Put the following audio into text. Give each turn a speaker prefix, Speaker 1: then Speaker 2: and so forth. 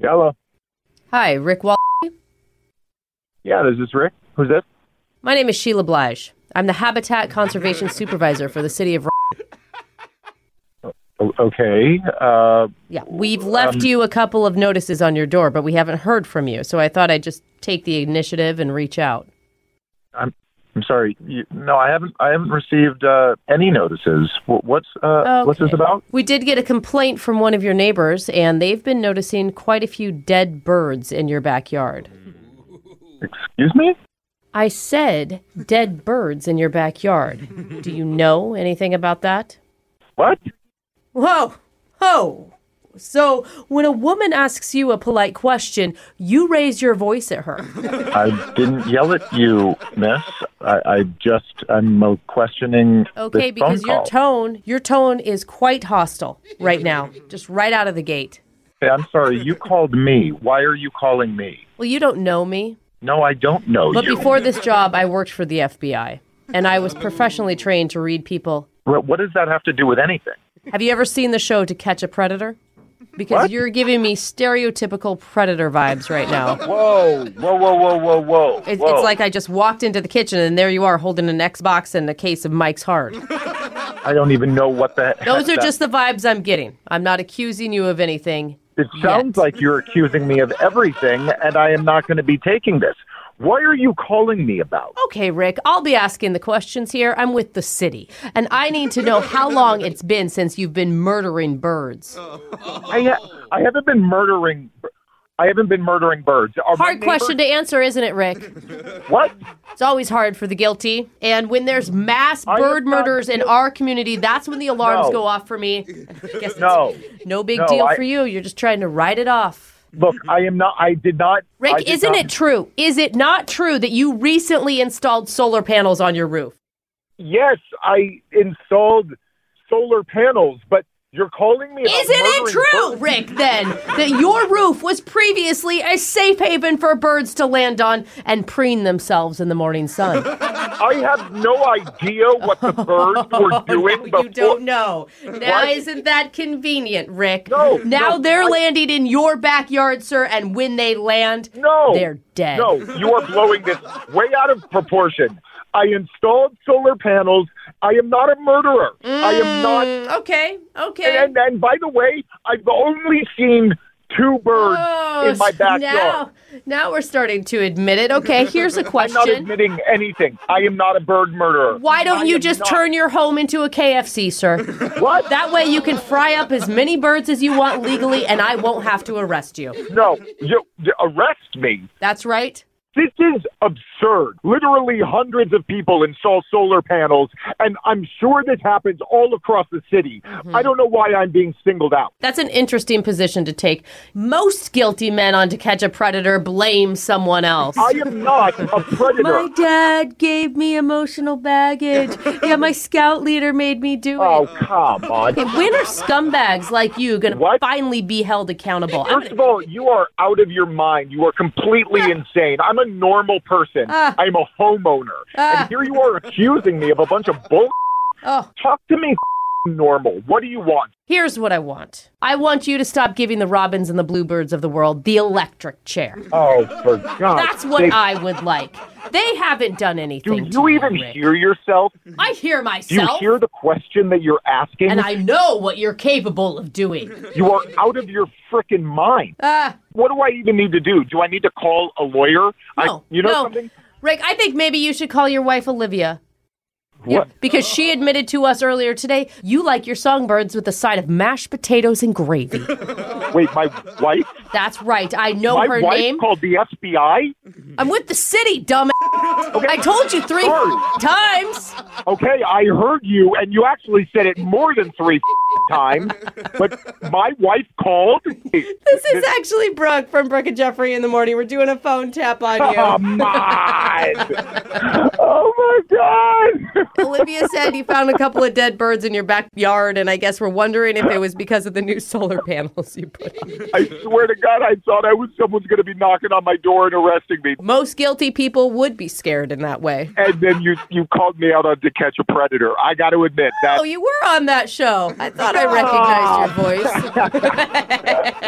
Speaker 1: Hello.
Speaker 2: Hi, Rick Wall.
Speaker 1: Yeah, this is Rick. Who's this?
Speaker 2: My name is Sheila Blige. I'm the Habitat Conservation Supervisor for the city of.
Speaker 1: O- okay. Uh,
Speaker 2: Yeah, we've left you a couple of notices on your door, but we haven't heard from you. So I thought I'd just take the initiative and reach out.
Speaker 1: I'm I'm sorry. You, no, I haven't. I haven't received uh, any notices. Wh- What's uh, what's this
Speaker 2: Okay.
Speaker 1: about?
Speaker 2: We did get a complaint from one of your neighbors, and they've been noticing quite a few dead birds in your backyard.
Speaker 1: Excuse me.
Speaker 2: I said dead birds in your backyard. Do you know anything about that?
Speaker 1: What?
Speaker 2: Whoa! Ho! So, when a woman asks you a polite question, you raise your voice at her.
Speaker 1: I didn't yell at you, Miss. I, I just I'm uh, questioning
Speaker 2: Okay,
Speaker 1: this phone
Speaker 2: because your
Speaker 1: call.
Speaker 2: tone, your tone is quite hostile right now, just right out of the gate.
Speaker 1: Hey, I'm sorry. You called me. Why are you calling me?
Speaker 2: Well, you don't know me,
Speaker 1: No, I don't know
Speaker 2: but
Speaker 1: you.
Speaker 2: before this job, I worked for the FBI, and I was professionally trained to read people.
Speaker 1: Wh- What does that have to do with anything?
Speaker 2: Have you ever seen the show To Catch a Predator? Because
Speaker 1: What?
Speaker 2: you're giving me stereotypical predator vibes right now.
Speaker 1: Whoa! Whoa! Whoa! Whoa! Whoa! Whoa!
Speaker 2: It's,
Speaker 1: whoa.
Speaker 2: it's like I just walked into the kitchen and there you are holding an Xbox and a case of Mike's Hard.
Speaker 1: I don't even know what the. heck
Speaker 2: Those are
Speaker 1: that-
Speaker 2: just the vibes I'm getting. I'm not accusing you of anything.
Speaker 1: It sounds
Speaker 2: yet.
Speaker 1: like you're accusing me of everything, and I am not going to be taking this. What are you calling me about?
Speaker 2: Okay, Rick, I'll be asking the questions here. I'm with the city, and I need to know how long it's been since you've been murdering birds.
Speaker 1: Oh. I, ha- I haven't been murdering. I haven't been murdering birds. Are my
Speaker 2: Hard
Speaker 1: neighbors-
Speaker 2: question to answer, isn't it, Rick?
Speaker 1: What?
Speaker 2: It's always hard for the guilty. And when there's mass
Speaker 1: am
Speaker 2: bird
Speaker 1: not
Speaker 2: murders in our community, that's when the alarms
Speaker 1: No.
Speaker 2: go off for me. I guess it's
Speaker 1: No.
Speaker 2: no big
Speaker 1: No,
Speaker 2: deal
Speaker 1: I-
Speaker 2: for you. You're just trying to write it off.
Speaker 1: Look, I am not. I did not. I
Speaker 2: Rick,
Speaker 1: did
Speaker 2: isn't
Speaker 1: not-
Speaker 2: it true? Is it not true that you recently installed solar panels on your roof?
Speaker 1: Yes, I installed solar panels, but you're calling me. about
Speaker 2: Isn't it
Speaker 1: murdering
Speaker 2: true,
Speaker 1: birds?
Speaker 2: Rick, then, that your roof was previously a safe haven for birds to land on and preen themselves in the morning sun?
Speaker 1: I have no idea what the birds were doing
Speaker 2: Now
Speaker 1: before.
Speaker 2: Oh, you don't know. Now,
Speaker 1: What?
Speaker 2: is isn't that convenient, Rick?
Speaker 1: No,
Speaker 2: Now
Speaker 1: no,
Speaker 2: they're
Speaker 1: I-
Speaker 2: landing in your backyard, sir, and when they land,
Speaker 1: No.
Speaker 2: they're dead.
Speaker 1: No, you are blowing this way out of proportion. I installed solar panels. I am not a murderer. I am not.
Speaker 2: Mm, Okay, okay.
Speaker 1: And, and by the way, I've only seen two birds
Speaker 2: Oh,
Speaker 1: in my
Speaker 2: so
Speaker 1: backyard.
Speaker 2: Now, now we're starting to admit it. Okay, here's a
Speaker 1: I'm not
Speaker 2: question.
Speaker 1: admitting anything. I am not a bird murderer.
Speaker 2: Why don't
Speaker 1: I
Speaker 2: you
Speaker 1: am
Speaker 2: just
Speaker 1: not-
Speaker 2: turn your home into a KFC, sir?
Speaker 1: What?
Speaker 2: That way you can fry up as many birds as you want legally, and I won't have to arrest you.
Speaker 1: No, you, you arrest me.
Speaker 2: That's right.
Speaker 1: This is absurd. Literally hundreds of people install solar panels, and I'm sure this happens all across the city.
Speaker 2: Mm-hmm.
Speaker 1: I don't know why I'm being singled out.
Speaker 2: That's an interesting position to take. Most guilty men on To Catch a Predator blame someone else.
Speaker 1: I am not a predator.
Speaker 2: My dad gave me emotional baggage. Yeah, my scout leader made me do it.
Speaker 1: Oh, come on.
Speaker 2: When are scumbags like you going to
Speaker 1: What?
Speaker 2: finally be held accountable? I'm
Speaker 1: First of all, you are out of your mind. You are completely insane. I'm a normal person.
Speaker 2: Ah.
Speaker 1: I'm a homeowner. and here you are accusing me of a bunch of bull.
Speaker 2: Oh.
Speaker 1: Talk to me normal. What do you want?
Speaker 2: Here's what I want. I want you to stop giving the robins and the bluebirds of the world the electric chair.
Speaker 1: Oh, for God's
Speaker 2: That's what
Speaker 1: sake.
Speaker 2: I would like. They haven't done
Speaker 1: Do
Speaker 2: anything. to
Speaker 1: you even
Speaker 2: Rick.
Speaker 1: hear yourself?
Speaker 2: I hear
Speaker 1: Do you
Speaker 2: myself,
Speaker 1: hear the question that you're asking?
Speaker 2: and I know what you're capable of doing.
Speaker 1: you are out of your frickin' mind.
Speaker 2: Ah,
Speaker 1: What do I even need to do? Do I need to call a lawyer? I,
Speaker 2: no,
Speaker 1: you know
Speaker 2: no.
Speaker 1: something?
Speaker 2: Rick, I think maybe you should call your wife Olivia. Yeah,
Speaker 1: What?
Speaker 2: Because she admitted to us earlier today, you like your songbirds with a side of mashed potatoes and gravy.
Speaker 1: Wait, my wife?
Speaker 2: That's right. I know
Speaker 1: my
Speaker 2: her
Speaker 1: wife
Speaker 2: name.
Speaker 1: called the FBI?
Speaker 2: I'm with the city, dumb. I told you three
Speaker 1: Sorry.
Speaker 2: times.
Speaker 1: Okay, I heard you, and you actually said it more than three times. But my wife called.
Speaker 2: This is actually Brooke from Brooke and Jeffrey in the morning. We're doing a phone tap on you.
Speaker 1: Come on! Oh my God!
Speaker 2: Olivia said you found a couple of dead birds in your backyard, and I guess we're wondering if it was because of the new solar panels you put. in.
Speaker 1: I swear to God, I thought I was someone's going to be knocking on my door and arresting me.
Speaker 2: Most guilty people would be scared in that way.
Speaker 1: And then you you called me out on to catch a predator. I got to admit that.
Speaker 2: Oh, you were on that show. I thought I recognized your voice.